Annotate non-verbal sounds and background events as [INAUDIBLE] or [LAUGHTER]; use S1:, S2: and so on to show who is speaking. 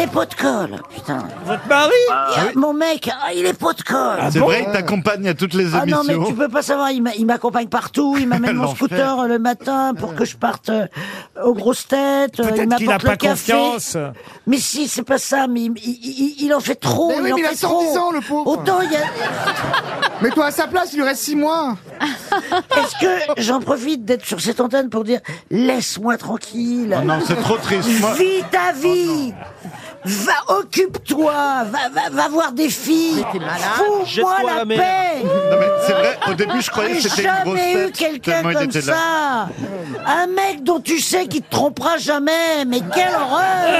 S1: est pot de colle, putain.
S2: Votre mari
S1: Mon mec, ah, il est pot de colle.
S3: C'est vrai, il t'accompagne à toutes les
S1: Ah non,
S3: émissions.
S1: mais tu peux pas savoir, il m'a- il m'accompagne partout, il
S2: [LAUGHS]
S1: m'amène mon
S3: L'enfer.
S1: scooter euh, le matin pour que je parte euh, aux grosses têtes, euh, il
S2: Peut-être qu'il n'a
S1: m'apporte le
S2: pas
S1: café.
S2: confiance.
S1: Mais si, c'est pas ça, mais il, il- il- il en fait trop,
S4: Mais oui,
S1: il en
S4: mais il a
S1: fait
S4: 110
S1: trop.
S4: ans, le pauvre.
S1: Autant il y a...
S4: [LAUGHS] Mais toi, à sa place, il lui reste 6 mois.
S1: Est-ce que j'en profite d'être sur cette antenne pour dire laisse-moi tranquille.
S3: Oh non, c'est trop triste. Moi, Oh,
S1: Vis ta vie. va, occupe-toi. Va, va, va voir des filles. Fous-moi
S5: Jette-toi à
S1: la
S5: la mer.
S1: paix.
S3: non, mais c'est vrai, au début, je croyais
S1: J'ai
S3: que c'était une grosse
S1: jamais eu
S3: tête.
S1: quelqu'un
S3: tellement il
S1: comme
S3: était là.
S1: ça. Un mec dont tu sais qu'il te trompera jamais. Mais quelle horreur